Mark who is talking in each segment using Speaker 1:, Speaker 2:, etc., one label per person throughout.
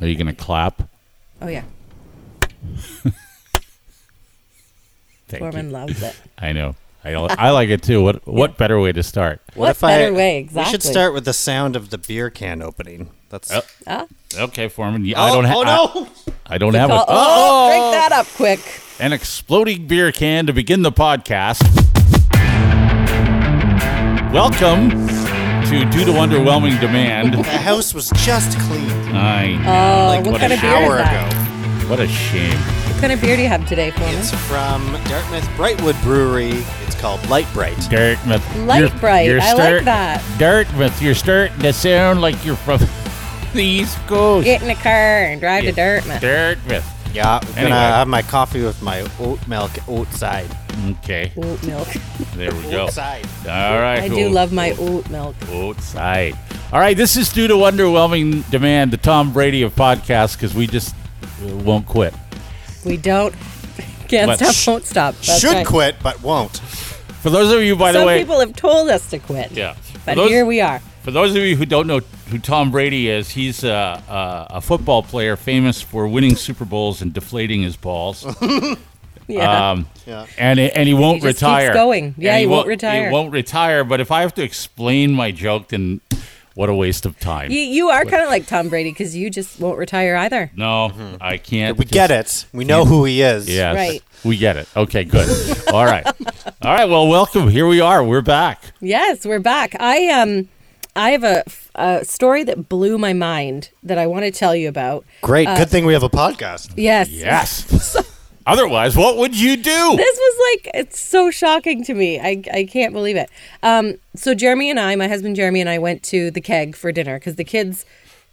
Speaker 1: Are you gonna clap?
Speaker 2: Oh yeah,
Speaker 1: Thank
Speaker 2: Norman
Speaker 1: you.
Speaker 2: loves it.
Speaker 1: I know. I, I like it too. What what better way to start?
Speaker 2: What better way?
Speaker 3: We
Speaker 2: Exactly.
Speaker 3: should start with the sound of the beer can opening. That's
Speaker 1: Oh,
Speaker 2: Ah,
Speaker 1: okay, Foreman. Yeah, I don't have.
Speaker 3: Oh no!
Speaker 1: I, I don't have
Speaker 2: call-
Speaker 1: it.
Speaker 2: oh, drink that up quick.
Speaker 1: An exploding beer can to begin the podcast. Welcome to Due to Underwhelming Demand.
Speaker 3: the house was just cleaned
Speaker 1: I
Speaker 2: Oh,
Speaker 3: like
Speaker 2: what
Speaker 1: what
Speaker 2: kind
Speaker 3: an
Speaker 2: of beer is
Speaker 3: hour
Speaker 2: that? Uh-huh.
Speaker 3: ago.
Speaker 1: what a shame.
Speaker 2: What kind of beer do you have today, Foreman?
Speaker 3: It's from Dartmouth Brightwood Brewery. It's called Light Bright.
Speaker 1: Dartmouth.
Speaker 2: Light bright. I like that.
Speaker 1: Dartmouth, you're starting to sound like you're from the East Coast.
Speaker 2: Get in the car and drive to Dartmouth.
Speaker 1: Dartmouth.
Speaker 3: Yeah, I'm
Speaker 1: Anyway.
Speaker 3: gonna have my coffee with my oat milk oat side.
Speaker 1: Okay,
Speaker 2: Oat milk.
Speaker 1: there we go.
Speaker 3: Oat side.
Speaker 1: All right.
Speaker 2: I do
Speaker 1: cool.
Speaker 2: love my oat milk.
Speaker 1: outside. All right, this is due to underwhelming demand, the Tom Brady of podcasts, because we just uh, won't quit.
Speaker 2: We don't. Can't
Speaker 1: What?
Speaker 2: stop. Won't stop. That's
Speaker 3: Should
Speaker 2: right.
Speaker 3: quit, but won't.
Speaker 1: For those of you, by
Speaker 2: Some
Speaker 1: the way,
Speaker 2: people have told us to quit.
Speaker 1: yeah,
Speaker 2: But
Speaker 1: for those,
Speaker 2: here we are.
Speaker 1: for those of you who don't know who Tom Brady is, he's a, a, a football player famous for winning Super Bowls and deflating his balls.
Speaker 2: Yeah.
Speaker 1: Um,
Speaker 3: Yeah.
Speaker 1: and he- and he won't
Speaker 2: He just keeps
Speaker 1: retire.
Speaker 2: going. Yeah,
Speaker 1: And
Speaker 2: he won't retire.
Speaker 1: He won't retire. But if I have to explain my joke, then what a waste of time.
Speaker 2: you, you are kind of like Tom Brady because you just won't retire either.
Speaker 1: no, I can't.
Speaker 3: We get it. We know who he is.
Speaker 1: Yes.
Speaker 2: Right.
Speaker 1: We get it. Okay, good. All right. All right. Well, welcome. Here we are. We're back.
Speaker 2: Yes, we're back. I um, I have a, a story that blew my mind that I want to tell you about.
Speaker 3: Great. Good thing we have a podcast.
Speaker 2: Yes.
Speaker 1: Yes. Otherwise, what would you do?
Speaker 2: This was like it's so shocking to me. I, I can't believe it. Um, so Jeremy and I, my husband Jeremy and I, went to the keg for dinner because the kids,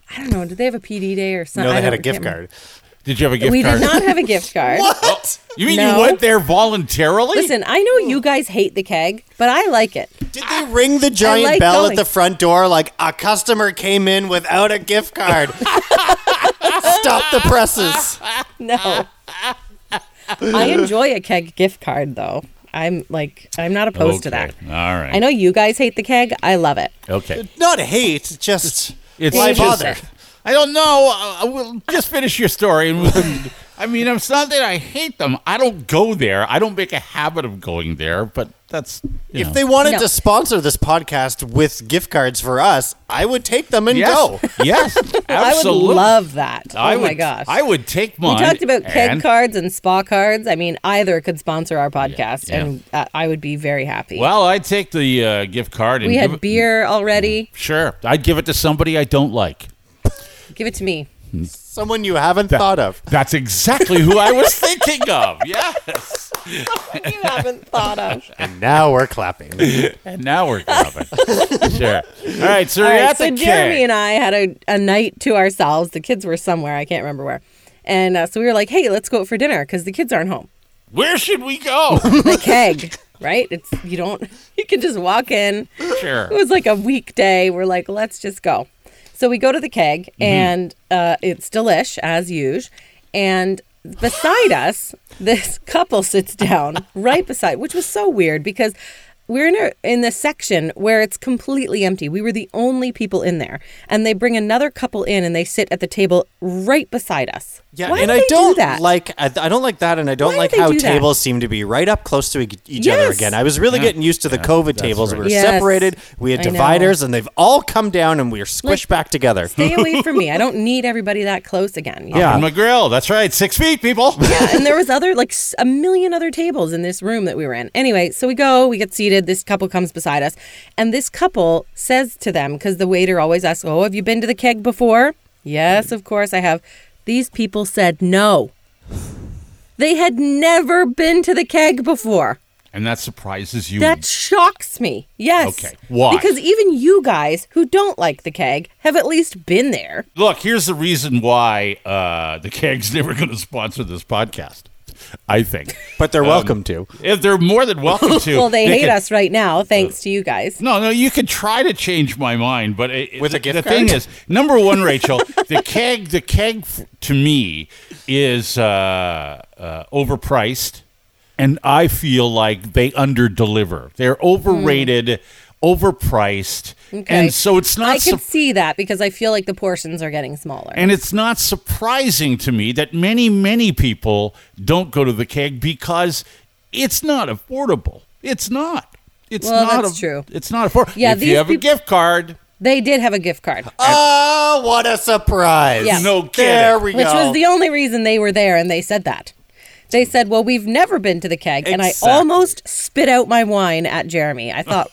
Speaker 2: I don't know, did they have a PD day or something?
Speaker 3: No, they
Speaker 2: I
Speaker 3: had a
Speaker 2: don't-
Speaker 3: gift
Speaker 2: can't remember.
Speaker 3: card.
Speaker 1: Did you have a gift
Speaker 2: We
Speaker 1: card?
Speaker 2: did not have a gift card.
Speaker 3: What?
Speaker 1: You mean
Speaker 2: No.
Speaker 1: you went there voluntarily?
Speaker 2: Listen, I know you guys hate the keg, but I like it.
Speaker 3: Did they ring the giant
Speaker 2: like
Speaker 3: bell
Speaker 2: going.
Speaker 3: at the front door like a customer came in without a gift card? Stop the presses.
Speaker 2: No. I enjoy a keg gift card though. I'm like I'm not opposed
Speaker 1: okay.
Speaker 2: to that.
Speaker 1: All right.
Speaker 2: I know you guys hate the keg. I love it.
Speaker 1: Okay.
Speaker 3: Not hate, just
Speaker 1: It's
Speaker 3: why
Speaker 1: just-
Speaker 3: bother?
Speaker 1: I don't know. I, I will just finish your story. And we can- I mean, it's not that I hate them. I don't go there. I don't make a habit of going there. But that's you know.
Speaker 3: If they wanted
Speaker 2: No.
Speaker 3: to sponsor this podcast with gift cards for us, I would take them and
Speaker 1: yes,
Speaker 3: go.
Speaker 1: yes, absolutely.
Speaker 2: I would love that.
Speaker 1: I
Speaker 2: oh
Speaker 1: would,
Speaker 2: my gosh.
Speaker 1: I would take mine.
Speaker 2: we talked about keg
Speaker 1: and-
Speaker 2: cards and spa cards. I mean, either could sponsor our podcast, and uh, I would be very happy.
Speaker 1: Well, I'd take the uh, gift card and
Speaker 2: we
Speaker 1: give
Speaker 2: had
Speaker 1: it,
Speaker 2: beer already.
Speaker 1: sure. I'd give it to somebody I don't like.
Speaker 2: Give it to me.
Speaker 3: Someone you haven't thought of.
Speaker 1: That's exactly who I was thinking of. Yes.
Speaker 2: you haven't thought of.
Speaker 3: And now we're clapping.
Speaker 1: And now we're clapping. sure. All right. So
Speaker 2: All
Speaker 1: we're
Speaker 2: right,
Speaker 1: at
Speaker 2: so
Speaker 1: the
Speaker 2: Jeremy
Speaker 1: keg.
Speaker 2: and I had a, a night to ourselves. The kids were somewhere. I can't remember where. And uh, so we were like, hey, let's go out for dinner because the kids aren't home.
Speaker 1: Where should we go?
Speaker 2: The keg, right? It's You don't, you can just walk in.
Speaker 1: sure.
Speaker 2: It was like a weekday. We're like, let's just go. So we go to the keg, and uh, it's delish as usual. And beside us, this couple sits down right beside, which was so weird because we're in a, in the section where it's completely empty. We were the only people in there, and they bring another couple in, and they sit at the table right beside us.
Speaker 3: Yeah,
Speaker 2: Why
Speaker 3: and
Speaker 2: do
Speaker 3: I
Speaker 2: they
Speaker 3: don't
Speaker 2: do that?
Speaker 3: like I, I don't like that, and I don't
Speaker 2: Why do
Speaker 3: like
Speaker 2: they
Speaker 3: how
Speaker 2: do that?
Speaker 3: tables seem to be right up close to e- each other
Speaker 2: Yes.
Speaker 3: again. I was really getting used to the COVID tables. We were
Speaker 2: Yes.
Speaker 3: separated, we had
Speaker 2: I know.
Speaker 3: dividers, and they've all come down, and we're squished
Speaker 2: Like-
Speaker 3: back together.
Speaker 2: Stay away from me. I don't need everybody that close again. you know?
Speaker 3: Yeah.
Speaker 1: On my grill. That's right. Six feet, people.
Speaker 2: yeah, and there was other like s- a million other tables in this room that we were in. Anyway, so we go, we get seated. This couple comes beside us, and this couple says to them because the waiter always asks, "Oh, have you been to the keg before?" Yes, of course I have. These people said no. They had never been to the keg before.
Speaker 1: And that surprises you.
Speaker 2: That shocks me. Yes.
Speaker 1: Okay, why?
Speaker 2: Because even you guys who don't like the keg have at least been there.
Speaker 1: Look, here's the reason why uh, the keg's never going to sponsor this podcast. I think.
Speaker 3: But they're welcome to.
Speaker 1: If they're more than welcome to.
Speaker 2: Well, they, hate
Speaker 1: can-
Speaker 2: us right now, thanks to you guys.
Speaker 1: No, no, you could try to change my mind, but it, it-
Speaker 3: With a
Speaker 1: the, the
Speaker 3: gift card?
Speaker 1: thing is, number one, Rachel, the keg, the keg f- to me is uh, uh, overpriced, and I feel like they underdeliver. They're overrated overpriced,
Speaker 2: Mm. Okay.
Speaker 1: and so it's not.
Speaker 2: I can
Speaker 1: sup-
Speaker 2: see that because I feel like the portions are getting smaller.
Speaker 1: and it's not surprising to me that many, many people don't go to the keg because it's not affordable. It's not. It's
Speaker 2: Well,
Speaker 1: not
Speaker 2: that's
Speaker 1: a-
Speaker 2: true.
Speaker 1: It's not affordable.
Speaker 2: Yeah,
Speaker 1: if you
Speaker 2: these
Speaker 1: have a
Speaker 2: peop-
Speaker 1: gift card,
Speaker 2: they did have a gift card.
Speaker 3: Oh, what a surprise.
Speaker 2: Yeah.
Speaker 1: No kidding.
Speaker 3: There we
Speaker 2: Which
Speaker 3: go.
Speaker 2: was the only reason they were there, and they said that. They said, Well, we've never been to the keg. And I
Speaker 3: Exactly.
Speaker 2: almost spit out my wine at Jeremy. I thought,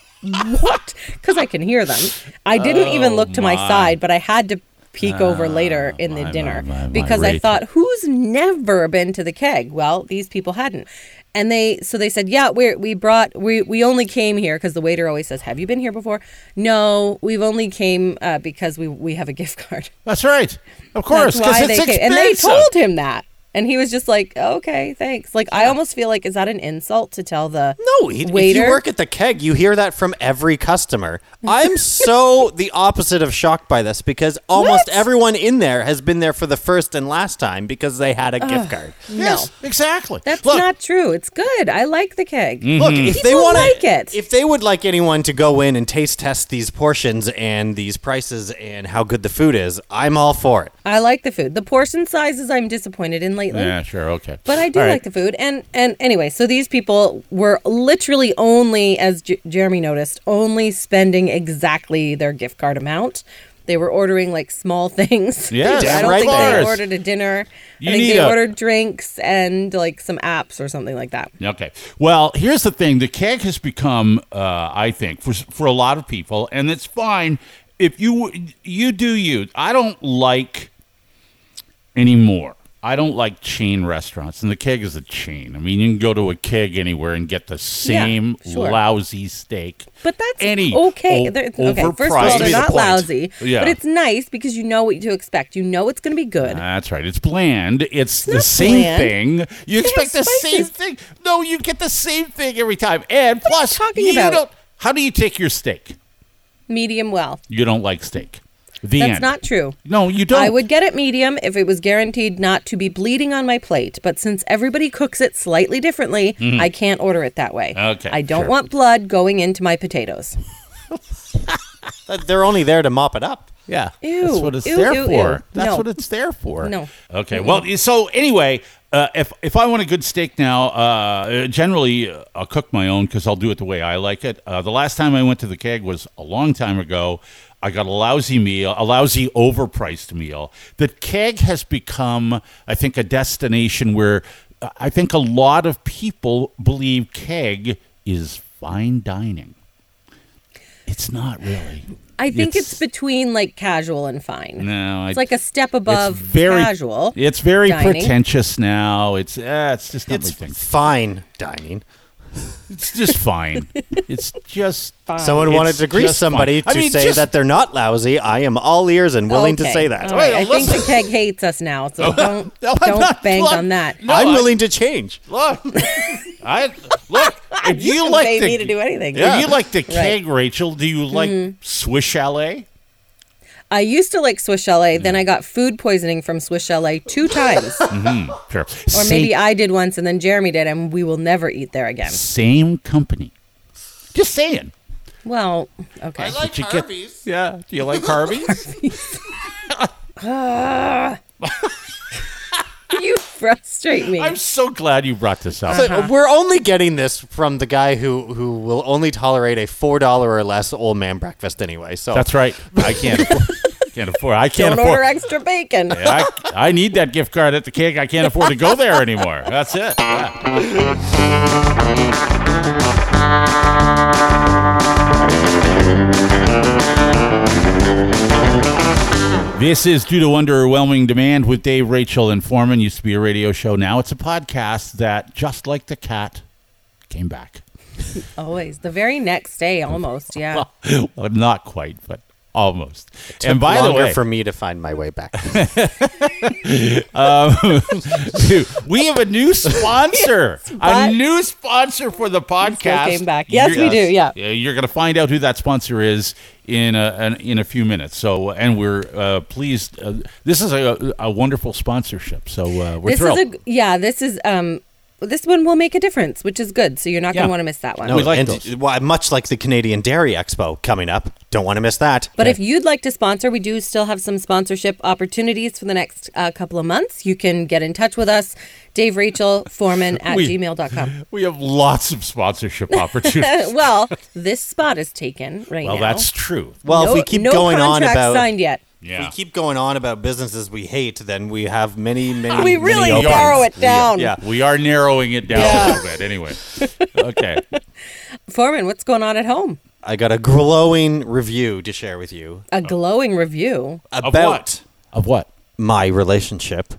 Speaker 2: What? Because I can hear them. I didn't even look to my. side, but I had to peek over later in the
Speaker 1: Oh, Ah, my,
Speaker 2: dinner
Speaker 1: my, my,
Speaker 2: because I
Speaker 1: Rachel.
Speaker 2: thought, Who's never been to the keg? Well, these people hadn't. And they, so they said, yeah, we we brought we we only came here because the waiter always says, have you been here before? No, we've only came uh, because we we have a gift card.
Speaker 1: that's right. Of course,
Speaker 2: That's
Speaker 1: because
Speaker 2: why
Speaker 1: it's
Speaker 2: they
Speaker 1: expensive.
Speaker 2: came- And they told him that. And he was just like, okay, thanks. Like, I almost feel like, is that an insult to tell the
Speaker 3: No, i- if
Speaker 2: waiter?
Speaker 3: you work at the keg, you hear that from every customer. I'm so the opposite of shocked by this because almost everyone in there has been there for the first and last time because they had a gift card.
Speaker 1: Yes, exactly.
Speaker 2: That's
Speaker 1: Look,
Speaker 2: not true. It's good. I like the keg.
Speaker 3: Look,
Speaker 1: Mm-hmm.
Speaker 3: if they
Speaker 2: People
Speaker 3: want
Speaker 2: like it.
Speaker 3: if they would like anyone to go in and taste test these portions and these prices and how good the food is, I'm all for it.
Speaker 2: I like the food. The portion sizes I'm disappointed in lately.
Speaker 1: Yeah, sure, okay.
Speaker 2: But I do
Speaker 1: All right.
Speaker 2: like the food, and and anyway, so these people were literally only, as J- Jeremy noticed, only spending exactly their gift card amount. They were ordering like small things.
Speaker 1: Yes,
Speaker 2: I don't
Speaker 3: right
Speaker 2: think
Speaker 3: there.
Speaker 2: they ordered a dinner.
Speaker 1: You
Speaker 2: I think
Speaker 1: need
Speaker 2: they
Speaker 1: a-
Speaker 2: ordered drinks and like some apps or something like that.
Speaker 1: Okay. Well, here's the thing: the keg has become, uh, I think, for for a lot of people, and it's fine if you you do you. I don't like anymore. I don't like chain restaurants, and the keg is a chain. I mean, you can go to a keg anywhere and get the same
Speaker 2: sure.
Speaker 1: lousy steak.
Speaker 2: But that's
Speaker 1: any
Speaker 2: okay.
Speaker 1: o-
Speaker 2: They're- okay, first of
Speaker 1: overpriced.
Speaker 2: all,
Speaker 3: Maybe
Speaker 2: they're
Speaker 3: the
Speaker 2: not
Speaker 3: point.
Speaker 2: lousy,
Speaker 1: Yeah. Uh-huh.
Speaker 2: but it's nice because you know what to expect. You know it's going to be good.
Speaker 1: That's right. It's bland. It's, the
Speaker 2: not
Speaker 1: same
Speaker 2: bland.
Speaker 1: thing. You expect the same
Speaker 2: spices.
Speaker 1: thing. No, you get the same thing every time. And plus,
Speaker 2: talking
Speaker 1: you
Speaker 2: about?
Speaker 1: don't. How do you take your steak?
Speaker 2: Medium well.
Speaker 1: You don't like steak. The
Speaker 2: That's
Speaker 1: end.
Speaker 2: not true.
Speaker 1: No, you don't.
Speaker 2: I would get it medium if it was guaranteed not to be bleeding on my plate. But since everybody cooks it slightly differently, I can't order it that way.
Speaker 1: Mm-hmm. Okay,
Speaker 2: I don't
Speaker 1: sure.
Speaker 2: want blood going into my potatoes.
Speaker 3: Uh, They're only there to mop it up.
Speaker 1: Yeah. that's
Speaker 2: Ew,
Speaker 1: what it's
Speaker 2: ew,
Speaker 1: there
Speaker 2: ew,
Speaker 1: for.
Speaker 2: ew.
Speaker 1: That's
Speaker 2: No.
Speaker 1: what it's there for.
Speaker 2: No.
Speaker 1: Okay. Well, so anyway, uh, if if I want a good steak now, uh, generally uh, I'll cook my own because I'll do it the way I like it. Uh, the last time I went to the keg was a long time ago. I got a lousy meal, a lousy overpriced meal. The keg has become, I think, a destination where uh, I think a lot of people believe keg is fine dining. It's not really.
Speaker 2: I think it's,
Speaker 1: It's-
Speaker 2: between like casual and fine.
Speaker 1: No,
Speaker 2: it's
Speaker 1: I-
Speaker 2: like a step above casual.
Speaker 1: It's very
Speaker 2: dining.
Speaker 1: pretentious now. It's uh, it's just not
Speaker 3: It's
Speaker 1: my thing.
Speaker 3: fine dining.
Speaker 1: It's just fine. it's just fine.
Speaker 3: Someone
Speaker 1: It's
Speaker 3: wanted to grease
Speaker 1: just fine.
Speaker 3: somebody
Speaker 1: I
Speaker 3: to
Speaker 1: mean,
Speaker 3: say
Speaker 1: just-
Speaker 3: that they're not lousy. I am all ears and willing to
Speaker 2: Okay.
Speaker 3: say that.
Speaker 2: All right, I
Speaker 1: Wait,
Speaker 2: think the keg hates us now, so don't
Speaker 1: no, I'm
Speaker 2: don't
Speaker 1: not-
Speaker 2: bank
Speaker 1: look,
Speaker 2: on that.
Speaker 1: no,
Speaker 3: I'm
Speaker 1: I-
Speaker 3: willing to change.
Speaker 1: Look, I look. If you,
Speaker 2: can
Speaker 1: like
Speaker 2: pay
Speaker 1: the,
Speaker 2: me to do anything.
Speaker 1: If
Speaker 2: Yeah. Mm-hmm.
Speaker 1: you like the keg, Rachel, do you like Swiss Chalet?
Speaker 2: I used to like Swiss Chalet,
Speaker 1: Mm.
Speaker 2: then I got food poisoning from Swiss Chalet two times, or
Speaker 1: Hmm, Sure. Or
Speaker 2: maybe I did once, and then Jeremy did, and we will never eat there again.
Speaker 1: same company. Just saying.
Speaker 2: Well, okay.
Speaker 1: Did you get- yeah. Do you like Harvey's?
Speaker 2: you frustrate me.
Speaker 1: I'm so glad you brought this up.
Speaker 2: Uh,
Speaker 3: So we're only getting this from the guy who, who will only tolerate a four dollar or less old man breakfast anyway. So
Speaker 1: That's right. I can't. afford, can't afford. I can't
Speaker 2: Don't
Speaker 1: afford.
Speaker 2: order extra bacon.
Speaker 1: I, I need that gift card at the cake. I can't afford to go there anymore. That's it. This is due to underwhelming demand with Dave, Rachel, and Foreman. Used to be a radio show. Now it's a podcast that, just like the cat, came back.
Speaker 2: Always. The very next day, almost. Yeah.
Speaker 1: Well, not quite, but almost.
Speaker 3: took
Speaker 1: and by the
Speaker 3: longer
Speaker 1: way,
Speaker 3: for me to find my way back.
Speaker 1: Dude, we have a new sponsor.
Speaker 2: but-
Speaker 1: a new sponsor for the podcast.
Speaker 2: came back. Yes,
Speaker 1: You're-
Speaker 2: we do, yeah.
Speaker 1: You're going to find out who that sponsor is in a, an, in a few minutes. So, and we're uh, pleased. Uh, this is a, a wonderful sponsorship. So uh, we're
Speaker 2: this
Speaker 1: thrilled.
Speaker 2: is a yeah. This is um this one will make a difference, which is good. So you're not going
Speaker 1: Yeah.
Speaker 2: to want to miss that one.
Speaker 1: No, We like
Speaker 3: and
Speaker 1: those.
Speaker 3: well, much like the Canadian Dairy Expo coming up, don't want to miss that.
Speaker 2: But if you'd like to sponsor, we do still have some sponsorship opportunities for the next uh, couple of months. You can get in touch with us, Dave Rachel Foreman at
Speaker 1: We-
Speaker 2: gmail.com.
Speaker 1: We have lots of sponsorship opportunities.
Speaker 2: Uh, well, this spot is taken right
Speaker 1: well,
Speaker 2: now.
Speaker 1: that's true.
Speaker 3: well,
Speaker 2: no,
Speaker 3: if we keep
Speaker 2: no
Speaker 3: going on
Speaker 2: contracts
Speaker 3: about
Speaker 2: signed yet.
Speaker 3: if
Speaker 1: Yeah.
Speaker 3: we keep going on about businesses we hate, then we have many, many.
Speaker 2: We
Speaker 3: many
Speaker 2: really
Speaker 1: openings.
Speaker 3: options.
Speaker 2: narrow it down.
Speaker 3: yeah.
Speaker 1: We are narrowing it down a little bit anyway. Okay.
Speaker 2: Foreman, what's going on at home?
Speaker 3: I got a glowing review to share with you
Speaker 2: A glowing review.
Speaker 1: Of
Speaker 3: about
Speaker 1: what? Of what?
Speaker 3: my relationship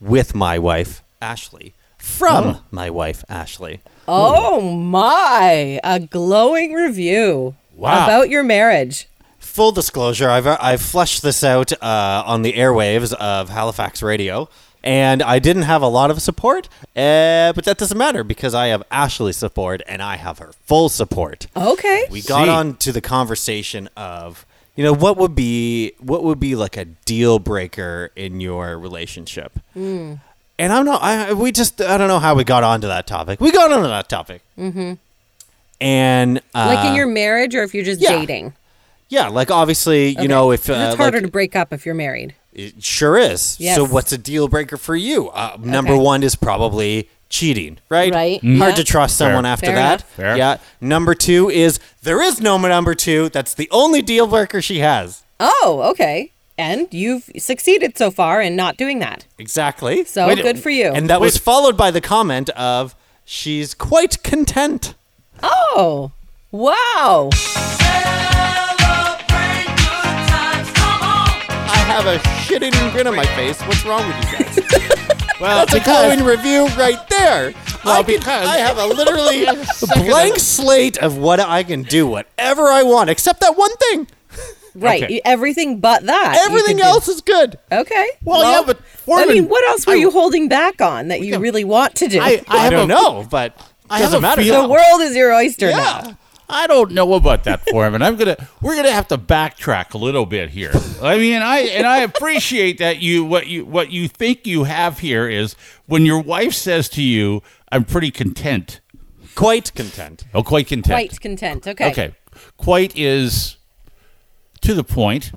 Speaker 3: with my wife Ashley from
Speaker 2: Hmm.
Speaker 3: my wife Ashley.
Speaker 2: Oh my, a glowing review
Speaker 1: Wow.
Speaker 2: about your marriage.
Speaker 3: Full disclosure, I've uh, I've fleshed this out uh, on the airwaves of Halifax Radio, and I didn't have a lot of support, uh, but that doesn't matter because I have Ashley's support and I have her full support.
Speaker 2: Okay.
Speaker 3: we got
Speaker 1: See.
Speaker 3: on to the conversation of you know what would be what would be like a deal breaker in your relationship
Speaker 2: Hmm.
Speaker 3: and i'm not I, we just i don't know how we got onto that topic we got onto that topic mm-hmm. and uh,
Speaker 2: like in your marriage or if you're just
Speaker 3: yeah.
Speaker 2: dating?
Speaker 3: yeah like obviously you know if uh,
Speaker 2: Because it's
Speaker 3: like-
Speaker 2: harder to break up if you're married.
Speaker 3: it sure is
Speaker 2: Yes.
Speaker 3: so what's a deal breaker for you uh, number
Speaker 2: Okay.
Speaker 3: one is probably cheating right
Speaker 2: Right,
Speaker 3: hard
Speaker 2: yeah.
Speaker 3: to trust someone after
Speaker 2: Fair
Speaker 3: that
Speaker 2: enough.
Speaker 1: Fair.
Speaker 3: yeah number two is there is no number two that's the only deal breaker she has
Speaker 2: Oh, okay. And you've succeeded so far in not doing that.
Speaker 3: Exactly.
Speaker 2: So
Speaker 1: Wait,
Speaker 2: good for you.
Speaker 3: and that was followed by the comment of she's quite content.
Speaker 2: oh, wow.
Speaker 3: I have a shit eating grin on my face. What's wrong with you guys?
Speaker 1: Well,
Speaker 3: That's a glowing review right there. I, can-
Speaker 1: because-
Speaker 3: I have a literally blank slate of what I can do, whatever I want, except that one thing.
Speaker 2: Right.
Speaker 1: Okay.
Speaker 2: you- Everything but that. you
Speaker 3: Everything
Speaker 2: could do.
Speaker 3: else is good.
Speaker 2: Okay.
Speaker 1: well, yeah, but
Speaker 2: I
Speaker 1: Foreman,
Speaker 2: mean, what else were you holding back on that you really want to do?
Speaker 1: I, I
Speaker 3: I,
Speaker 1: have
Speaker 3: don't
Speaker 1: a-
Speaker 3: know, but
Speaker 1: I have
Speaker 3: doesn't
Speaker 1: a
Speaker 3: matter.
Speaker 1: feel-
Speaker 2: the
Speaker 3: now.
Speaker 2: world is your oyster now.
Speaker 1: Yeah. I don't know about that Foreman. I'm gonna we're gonna have to backtrack a little bit here. I mean, I and I appreciate that you what you what you think you have here is when your wife says to you, "I'm pretty content."
Speaker 3: Quite content.
Speaker 1: Oh, quite content.
Speaker 2: Quite content. Okay.
Speaker 1: Okay. Quite is to the point.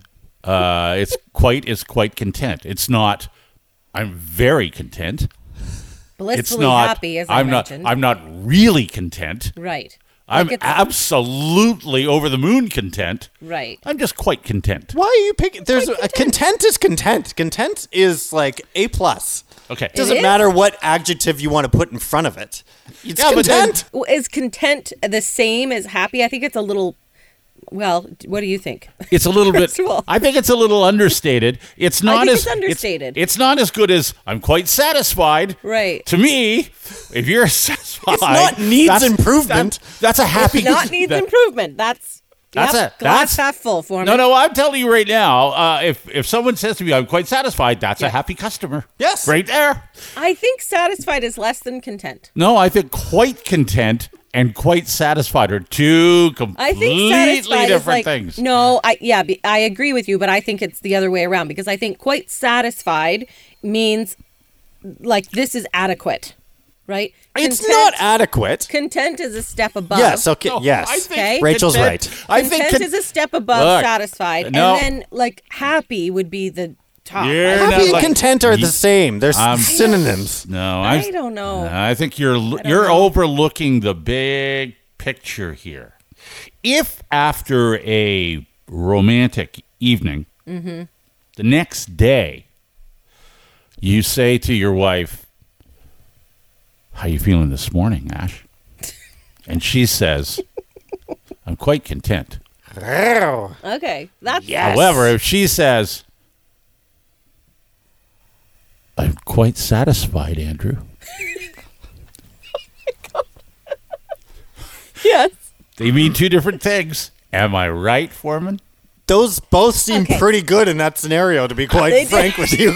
Speaker 1: Uh, it's quite is quite content. It's not. I'm very content. It's
Speaker 2: Blissfully
Speaker 1: not.
Speaker 2: happy, as
Speaker 1: I'm
Speaker 2: I
Speaker 1: not.
Speaker 2: mentioned.
Speaker 1: I'm not really content.
Speaker 2: right.
Speaker 1: I'm
Speaker 2: Like it's-
Speaker 1: absolutely over the moon content.
Speaker 2: Right.
Speaker 1: I'm just quite content.
Speaker 3: Why are you picking? There's a content is content. Content is like a plus.
Speaker 1: Okay.
Speaker 3: It doesn't
Speaker 2: is?
Speaker 3: matter what adjective you want to put in front of it. It's
Speaker 1: Yeah, but then-
Speaker 3: content.
Speaker 2: Well, Is content the same as happy? I think it's a little. Well, d- what do you think?
Speaker 1: It's a little bit.
Speaker 2: First of all.
Speaker 1: I think it's a little understated. It's not
Speaker 2: think
Speaker 1: as
Speaker 2: it's understated.
Speaker 1: It's, not as good as I'm quite satisfied.
Speaker 2: Right.
Speaker 1: To me, if you're satisfied,
Speaker 3: It's not needs improvement.
Speaker 1: that- that's a happy.
Speaker 2: Not needs
Speaker 1: that-
Speaker 2: improvement. That's
Speaker 1: That's
Speaker 2: yep,
Speaker 1: it.
Speaker 2: glass
Speaker 1: That's-
Speaker 2: half full for me.
Speaker 1: No, no, I'm telling you right now. Uh, if if someone says to me, "I'm quite satisfied," that's a happy customer.
Speaker 3: Yes.
Speaker 1: Right there.
Speaker 2: I think satisfied is less than content.
Speaker 1: No, I think quite content and quite satisfied are two
Speaker 2: I
Speaker 1: completely
Speaker 2: think satisfied
Speaker 1: different
Speaker 2: is like
Speaker 1: things.
Speaker 2: no. I yeah, be, I agree with you, but I think it's the other way around because I think quite satisfied means like this is adequate, right?
Speaker 3: It's
Speaker 2: Content-
Speaker 3: not adequate.
Speaker 2: Content is a step above.
Speaker 3: Yes. Okay.
Speaker 1: No,
Speaker 3: yes.
Speaker 1: I think
Speaker 2: Okay.
Speaker 3: Rachel's
Speaker 1: content-
Speaker 3: right.
Speaker 1: I think
Speaker 2: content
Speaker 1: con-
Speaker 2: is a step above
Speaker 1: Look,
Speaker 2: satisfied,
Speaker 1: no.
Speaker 2: and then like happy would be the top.
Speaker 1: You're
Speaker 2: I-
Speaker 1: not-
Speaker 3: Happy and
Speaker 1: like-
Speaker 3: content are the same. They're s-
Speaker 1: I'm-
Speaker 3: synonyms.
Speaker 1: No,
Speaker 2: I
Speaker 1: I'm-
Speaker 2: don't know.
Speaker 1: I think you're you're overlooking the big picture here. If after a romantic evening,
Speaker 2: Mm-hmm.
Speaker 1: the next day, you say to your wife, "How you feeling this morning, Ash?" and she says, "I'm quite content."
Speaker 2: okay, that's
Speaker 1: However, if she says, I'm quite satisfied, Andrew,
Speaker 2: yes.
Speaker 1: they mean two different things. Am I right, Foreman?
Speaker 3: Those both seem
Speaker 2: Okay.
Speaker 3: pretty good in that scenario. To be quite
Speaker 2: They do.
Speaker 3: frank with you,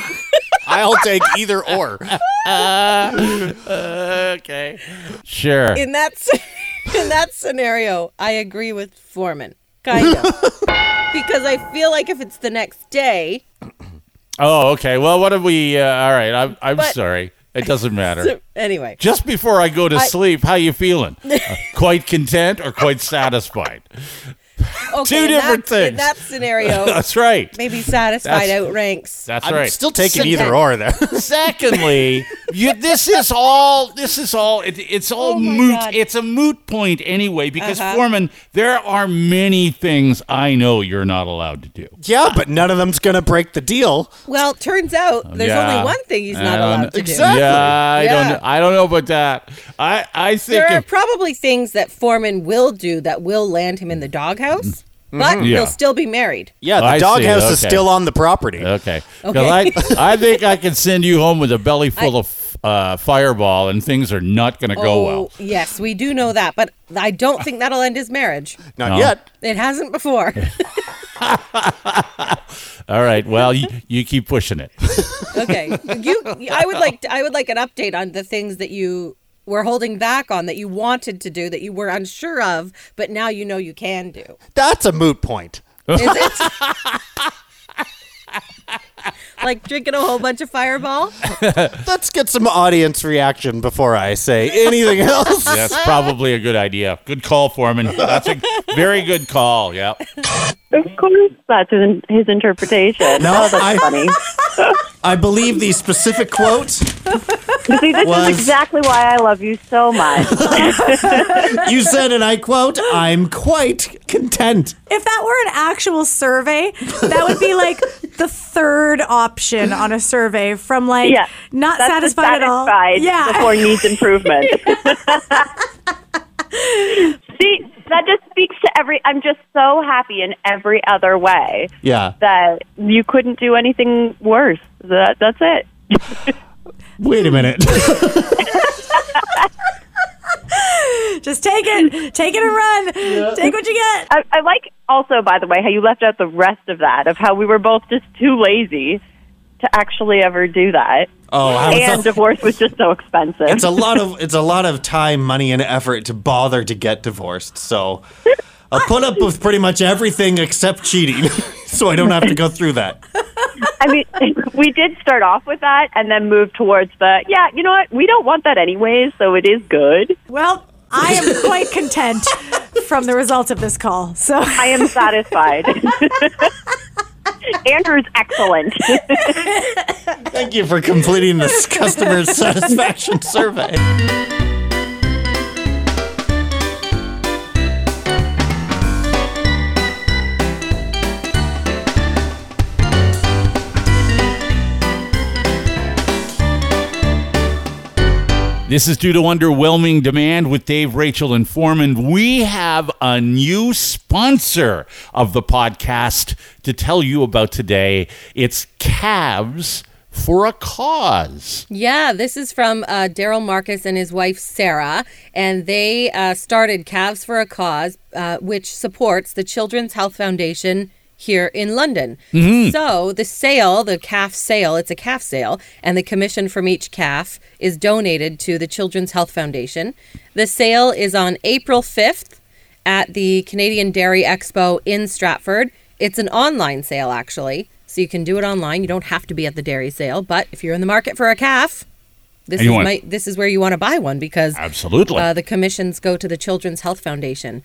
Speaker 3: I'll take either or.
Speaker 1: Okay. Sure.
Speaker 2: in that s- in that scenario, I agree with Foreman, kind of, because I feel like if it's the next day,
Speaker 1: oh, okay. Well, what have we? Uh, all right. I'm, I'm
Speaker 2: But-
Speaker 1: sorry. It doesn't matter.
Speaker 2: So, anyway,
Speaker 1: Just before I go to sleep, how you feeling? Uh, quite content or quite satisfied?
Speaker 2: okay,
Speaker 1: Two
Speaker 2: in that-
Speaker 1: different
Speaker 2: In
Speaker 1: things.
Speaker 2: that scenario,
Speaker 1: That's right.
Speaker 2: maybe satisfied
Speaker 1: That's-
Speaker 2: outranks.
Speaker 1: That's
Speaker 3: I'm
Speaker 1: right.
Speaker 3: still taking
Speaker 2: Sit
Speaker 3: either
Speaker 2: down.
Speaker 3: or there.
Speaker 1: Secondly, you, this is all. This is all. It, it's all
Speaker 2: Oh my
Speaker 1: moot.
Speaker 2: God.
Speaker 1: It's a moot point anyway because
Speaker 2: Uh-huh.
Speaker 1: Foreman, there are many things I know you're not allowed to do.
Speaker 3: yeah, but none of them's gonna break the deal.
Speaker 2: Well, turns out there's
Speaker 1: Yeah.
Speaker 2: only one thing he's
Speaker 1: I
Speaker 2: not
Speaker 1: don't-
Speaker 2: allowed to do.
Speaker 3: Exactly.
Speaker 1: Yeah, I
Speaker 2: Yeah.
Speaker 1: don't. know- I don't know about that. I I think
Speaker 2: There are
Speaker 1: if,
Speaker 2: probably things that Foreman will do that will land him in the doghouse, but
Speaker 1: Mm-hmm. Yeah.
Speaker 2: he'll still be married.
Speaker 3: Yeah, the
Speaker 1: I see,
Speaker 3: doghouse is
Speaker 1: okay.
Speaker 3: still on the property.
Speaker 1: okay. 'Cause
Speaker 2: Okay.
Speaker 1: I I think I can send you home with a belly full of uh, fireball, and things are not going to go well.
Speaker 2: yes, we do know that, but I don't think that'll end his marriage.
Speaker 3: Not
Speaker 1: No.
Speaker 3: yet.
Speaker 2: It hasn't before. Oh.
Speaker 1: All right. Well, you, you keep pushing it.
Speaker 2: okay, you. I would like. To, I would like an update on the things that you were holding back on that you wanted to do that you were unsure of, but now you know you can do.
Speaker 3: That's a moot point.
Speaker 2: Is it? like drinking a whole bunch of Fireball.
Speaker 3: Let's get some audience reaction before I say anything else.
Speaker 1: That's probably a good idea. Good call, Foreman. That's a very good call. Yeah.
Speaker 4: Of course, that's his, his interpretation.
Speaker 5: No,
Speaker 4: oh, that's
Speaker 5: I-
Speaker 4: funny.
Speaker 5: I believe the specific quote
Speaker 4: You see, this
Speaker 5: was-
Speaker 4: is exactly why I love you so much.
Speaker 5: you said, and I quote, I'm quite content.
Speaker 6: If that were an actual survey, that would be like the third option on a survey from like
Speaker 4: Yeah,
Speaker 6: not
Speaker 4: That's the
Speaker 6: satisfied, at all.
Speaker 4: satisfied
Speaker 6: Yeah.
Speaker 4: before needs improvement. see, that just speaks to every. I'm just so happy in every other way
Speaker 3: Yeah.
Speaker 4: that you couldn't do anything worse. That, that's it.
Speaker 5: Wait a minute.
Speaker 6: Just take it, take it and run. Take what you get.
Speaker 4: I, I like also, by the way, how you left out the rest of that of how we were both just too lazy to actually ever do that.
Speaker 5: Oh, how
Speaker 4: and
Speaker 5: it's, a,
Speaker 4: divorce was just so expensive.
Speaker 5: it's a lot of it's a lot of time, money, and effort to bother to get divorced. So I'll put up with pretty much everything except cheating, so I don't have to go through that.
Speaker 4: I mean, we did start off with that and then move towards the, yeah, you know what? We don't want that anyways, so it is good.
Speaker 6: Well, I am quite content from the results of this call. So
Speaker 4: I am satisfied. Andrew's excellent.
Speaker 5: Thank you for completing this customer satisfaction survey.
Speaker 1: This is due to underwhelming demand with Dave, Rachel, and Foreman. We have a new sponsor of the podcast to tell you about today. It's Calves for a Cause.
Speaker 2: Yeah, this is from uh, Daryl Marcus and his wife Sarah, and they uh, started Calves for a Cause, uh, which supports the Children's Health Foundation here in London. So the sale, the calf sale, it's a calf sale, and the commission from each calf is donated to the Children's Health Foundation. The sale is on April 5th at the Canadian Dairy Expo in Stratford. It's an online sale, actually. So you can do it online. You don't have to be at the dairy sale, but if you're in the market for a calf, this
Speaker 1: And you
Speaker 2: is
Speaker 1: want-
Speaker 2: my, this is where you want to buy one because
Speaker 1: Absolutely.
Speaker 2: uh, the commissions go to the Children's Health Foundation.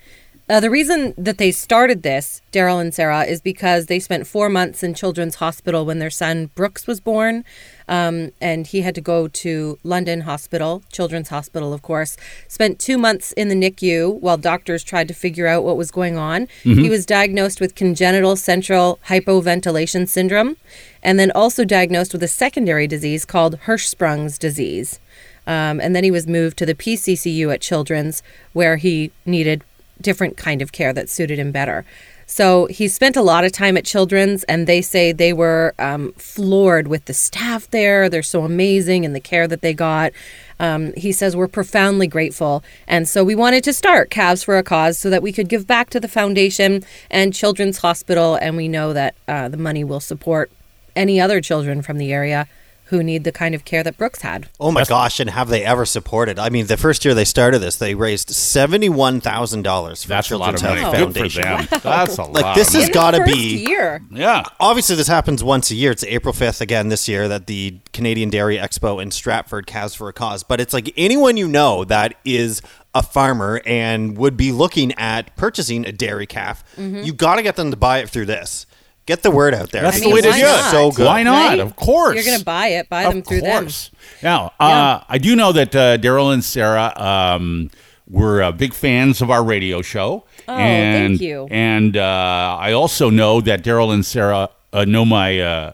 Speaker 2: Uh, the reason that they started this, Daryl and Sarah, is because they spent four months in Children's Hospital when their son Brooks was born. Um, and he had to go to London Hospital, Children's Hospital, of course. Spent two months in the NICU while doctors tried to figure out what was going on. He was diagnosed with congenital central hypoventilation syndrome and then also diagnosed with a secondary disease called Hirschsprung's disease. Um, and then he was moved to the PCCU at Children's, where he needed different kind of care that suited him better. So he spent a lot of time at Children's, and they say they were um, floored with the staff there. They're so amazing and the care that they got. Um, he says, We're profoundly grateful. And so we wanted to start Calves for a Cause so that we could give back to the foundation and Children's Hospital. And we know that uh, the money will support any other children from the area who need the kind of care that Brooks had.
Speaker 3: Oh my gosh, and have they ever supported? I mean, the first year they started this, they raised seventy-one thousand dollars for
Speaker 1: That's a lot
Speaker 3: Children's
Speaker 1: of money.
Speaker 3: Health
Speaker 1: Good for
Speaker 3: Foundation.
Speaker 1: them. That's a
Speaker 3: Like
Speaker 1: lot.
Speaker 3: this
Speaker 1: of
Speaker 3: has
Speaker 2: In the
Speaker 3: got to
Speaker 2: first
Speaker 3: be
Speaker 2: year.
Speaker 1: money. yeah.
Speaker 3: obviously this happens once a year. It's April fifth again this year that the Canadian Dairy Expo in Stratford calves for a cause. But it's like anyone you know that is a farmer and would be looking at purchasing a dairy calf, you got to get them to buy it through this. Get the word out there.
Speaker 1: That's
Speaker 2: I mean,
Speaker 1: the way to
Speaker 2: why
Speaker 1: do it.
Speaker 2: not?
Speaker 3: So good.
Speaker 1: Why not?
Speaker 2: Right?
Speaker 1: Of course.
Speaker 2: You're going to buy it, buy them
Speaker 1: of
Speaker 2: through
Speaker 1: course. Now, uh, I do know that uh, Daryl and Sarah um, were uh, big fans of our radio show. Oh, and,
Speaker 2: thank you.
Speaker 1: And uh, I also know that Daryl and Sarah uh, know my uh,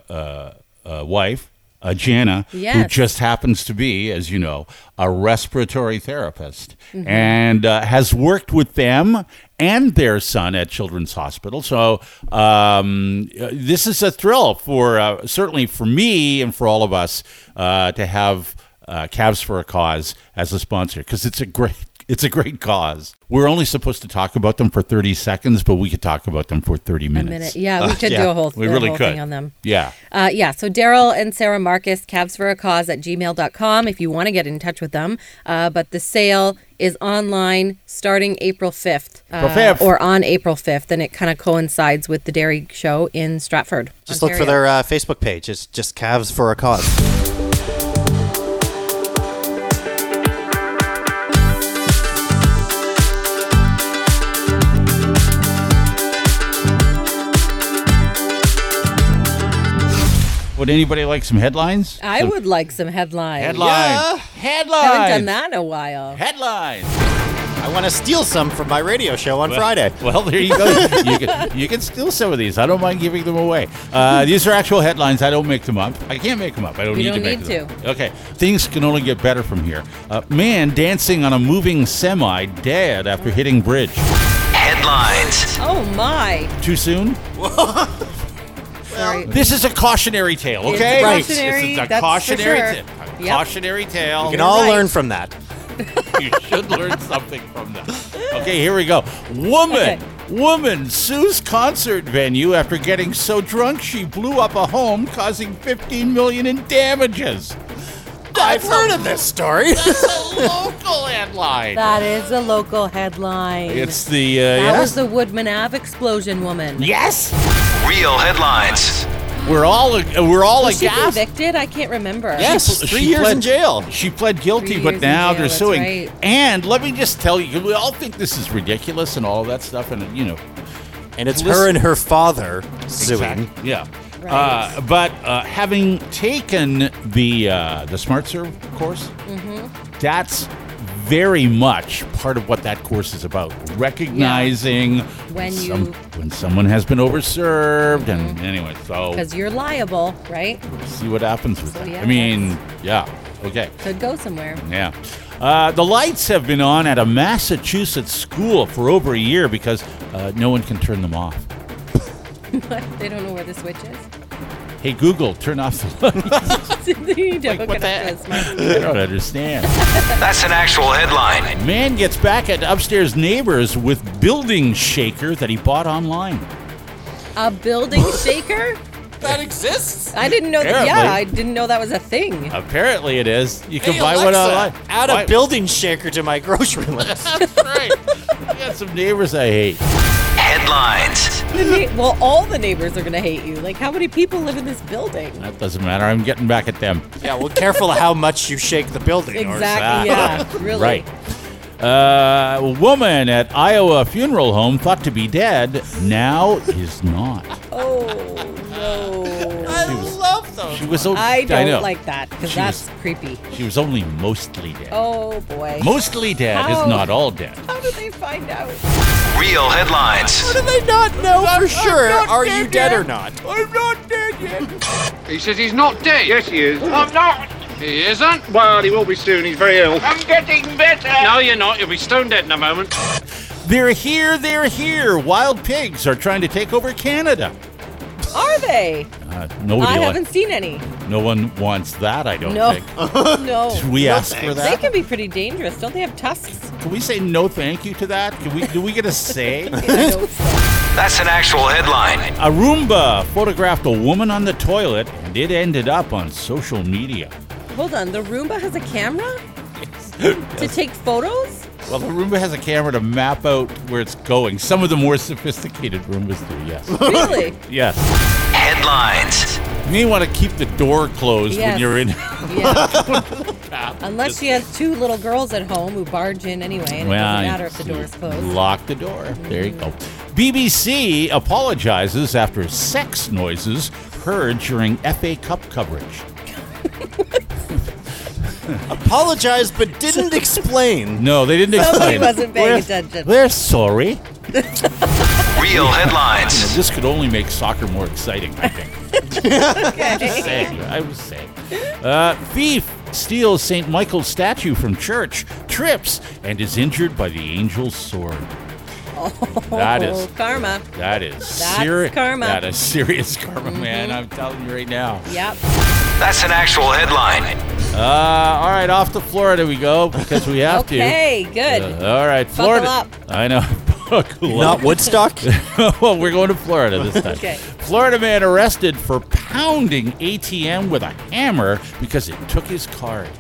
Speaker 1: uh, uh, wife. Uh, Jana, who
Speaker 2: Yes.
Speaker 1: just happens to be, as you know, a respiratory therapist
Speaker 2: Mm-hmm.
Speaker 1: and uh, has worked with them and their son at Children's Hospital. So um, uh, this is a thrill for uh, certainly for me and for all of us uh, to have uh, Calves for a Cause as a sponsor because it's a great it's a great cause. We're only supposed to talk about them for thirty seconds, but we could talk about them for thirty
Speaker 2: them.
Speaker 1: minutes.
Speaker 2: Minute. Yeah, we could do
Speaker 3: yeah,
Speaker 2: a whole,
Speaker 1: we
Speaker 2: a
Speaker 1: really
Speaker 2: whole
Speaker 1: could
Speaker 2: thing on them.
Speaker 1: Yeah.
Speaker 2: Uh, yeah, so Daryl and Sarah Marcus, calves for a cause at gmail.com if you want to get in touch with them. Uh, but the sale is online starting April 5th, uh,
Speaker 1: April 5th.
Speaker 2: or on April 5th, and it kind of coincides with the dairy show in Stratford.
Speaker 3: Just look for
Speaker 2: Ontario.
Speaker 3: their uh, Facebook page. It's just calves for a cause.
Speaker 1: Would anybody like some headlines?
Speaker 2: I
Speaker 1: Some
Speaker 2: would like some headlines.
Speaker 1: Headlines. Headlines.
Speaker 2: I haven't done that in a while.
Speaker 1: Headlines.
Speaker 3: I want to steal some from my radio show on Friday.
Speaker 1: Well, there you go. you, can, you can steal some of these. I don't mind giving them away. Uh, these are actual headlines. I don't make them up. I can't make them up. I don't
Speaker 2: You
Speaker 1: need
Speaker 2: don't
Speaker 1: to make
Speaker 2: need
Speaker 1: them up. Okay. Things can only get better from here. Uh, man dancing on a moving semi dead after hitting bridge.
Speaker 7: Headlines.
Speaker 2: Oh, my.
Speaker 1: Too soon?
Speaker 2: Sorry.
Speaker 1: This is a cautionary tale,
Speaker 2: It's
Speaker 1: okay?
Speaker 2: a Right. cautionary,
Speaker 1: This is a
Speaker 2: that's for
Speaker 1: cautionary
Speaker 2: sure.
Speaker 1: tale. A
Speaker 2: Yep.
Speaker 1: Cautionary tale.
Speaker 3: We can all
Speaker 2: right.
Speaker 3: learn from that.
Speaker 1: you should learn something from that. Okay, here we go. Woman,
Speaker 2: Okay.
Speaker 1: woman sues concert venue after getting so drunk she blew up a home, causing 15 million in damages. I've heard of this story. That's a local headline.
Speaker 2: That is a local headline.
Speaker 1: It's the uh,
Speaker 2: that
Speaker 1: yeah.
Speaker 2: was the Woodman Ave explosion woman.
Speaker 1: yes.
Speaker 7: Real headlines.
Speaker 1: We're all uh, we're all
Speaker 2: Was she
Speaker 1: aghast.
Speaker 2: convicted? I can't remember.
Speaker 3: Yes,
Speaker 1: pl-
Speaker 3: three years
Speaker 1: pled-
Speaker 3: in jail.
Speaker 1: She pled guilty,
Speaker 2: Three
Speaker 1: but
Speaker 2: years in
Speaker 1: now
Speaker 2: jail,
Speaker 1: they're
Speaker 2: that's
Speaker 1: suing.
Speaker 2: right.
Speaker 1: And let me just tell you, 'cause we all think this is ridiculous and all that stuff, and you know,
Speaker 3: And it's
Speaker 1: Listen-
Speaker 3: her and her father suing.
Speaker 1: Exact- Yeah.
Speaker 2: Right.
Speaker 1: Uh, but uh, having taken the uh, the Smart Serve course,
Speaker 2: Mm-hmm.
Speaker 1: that's very much part of what that course is about. Recognizing
Speaker 2: When you- Mm-hmm.
Speaker 1: when someone has been overserved, and anyway, so
Speaker 2: Because you're liable, right?
Speaker 1: we'll see what happens with
Speaker 2: So,
Speaker 1: that.
Speaker 2: yeah,
Speaker 1: I mean, yeah, okay.
Speaker 2: Could go somewhere.
Speaker 1: Yeah. Uh, the lights have been on at a Massachusetts school for over a year because uh, no one can turn them off.
Speaker 2: They don't know where the switch is.
Speaker 1: Hey, Google, turn off the lights.
Speaker 2: you don't
Speaker 1: Like, what the
Speaker 2: connect to a smart-
Speaker 1: I don't understand.
Speaker 7: That's an actual headline.
Speaker 1: Man gets back at upstairs neighbors with building shaker that he bought online.
Speaker 2: A building shaker?
Speaker 3: That exists.
Speaker 2: I didn't know that.
Speaker 1: Apparently.
Speaker 2: Yeah, I didn't know that was a thing.
Speaker 1: Apparently, it is. You can buy one online.
Speaker 3: Add
Speaker 1: Why-
Speaker 3: a building shaker to my grocery list.
Speaker 1: That's right. I got some neighbors I hate.
Speaker 7: Headlines.
Speaker 2: The na- well, all the neighbors are going to hate you. Like, how many people live in this building?
Speaker 1: That doesn't matter. I'm getting back at them.
Speaker 3: yeah, well, careful how much you shake the building. or-
Speaker 2: Exactly.
Speaker 1: that.
Speaker 2: Yeah,
Speaker 1: ah.
Speaker 2: really.
Speaker 1: Right. Uh, a woman at Iowa funeral home thought to be dead now is not.
Speaker 2: Oh, no.
Speaker 3: I love those.
Speaker 1: She was. o-
Speaker 2: I don't
Speaker 1: know.
Speaker 2: like that because
Speaker 1: Jeez.
Speaker 2: that's creepy.
Speaker 1: She was only mostly dead.
Speaker 2: Oh, boy.
Speaker 1: Mostly dead
Speaker 2: How?
Speaker 1: is not all dead.
Speaker 2: How do they find out?
Speaker 7: Real headlines.
Speaker 3: How do they not know for sure are you dead or not? I'm not dead yet.
Speaker 8: He says he's not dead. Yes, he is. I'm not. He isn't? Well, he will be soon. He's very ill. I'm getting better. No, you're not. You'll be stone dead in a moment.
Speaker 1: They're here, they're here. Wild pigs are trying to take over Canada.
Speaker 2: Are they?
Speaker 1: Uh, nobody
Speaker 2: I
Speaker 1: li-
Speaker 2: haven't seen any.
Speaker 1: No one wants that, I don't
Speaker 2: No.
Speaker 1: think.
Speaker 2: No.
Speaker 1: Should we ask for
Speaker 2: They
Speaker 1: that?
Speaker 2: can be pretty dangerous. Don't they have tusks?
Speaker 1: Can we say no thank you to that? Can we do we get a say?
Speaker 2: I hope so.
Speaker 7: That's an actual headline.
Speaker 1: a Roomba photographed a woman on the toilet and and it ended up on social media.
Speaker 2: Hold on, the Roomba has a camera to take photos?
Speaker 1: Well, the Roomba has a camera to map out where it's going. Some of the more sophisticated Roombas do, yes.
Speaker 2: Really?
Speaker 1: yes.
Speaker 7: Headlines.
Speaker 1: You may want to keep the door closed when
Speaker 2: Yes.
Speaker 1: you're in.
Speaker 2: Yeah. Unless she has two little girls at home who barge in anyway, and it doesn't matter if the door is closed.
Speaker 1: Lock the door. There you go. BBC apologizes after sex noises heard during FA Cup coverage.
Speaker 3: Apologized, but didn't explain.
Speaker 1: No, they didn't
Speaker 2: Somebody
Speaker 1: explain.
Speaker 2: wasn't paying
Speaker 1: We're-
Speaker 2: attention.
Speaker 1: We're sorry.
Speaker 7: Real headlines.
Speaker 1: This could only make soccer more exciting, I think.
Speaker 2: Okay.
Speaker 1: saying. I was saying. Uh, thief steals St. Michael's statue from church, trips, and is injured by the angel's sword. That is
Speaker 2: Oh, karma.
Speaker 1: that is
Speaker 2: That's
Speaker 1: serious
Speaker 2: karma. Mm-hmm.
Speaker 1: That is serious karma, man. I'm telling you right now.
Speaker 2: Yep.
Speaker 7: That's an actual headline.
Speaker 1: Uh, all right, off to Florida we go because we have
Speaker 2: Okay,
Speaker 1: to.
Speaker 2: good.
Speaker 1: Uh, all right, Florida.
Speaker 2: up.
Speaker 1: I know. Buckle
Speaker 3: Not Woodstock.
Speaker 1: well, we're going to Florida this time.
Speaker 2: Okay.
Speaker 1: Florida man arrested for pounding ATM with a hammer because it took his card.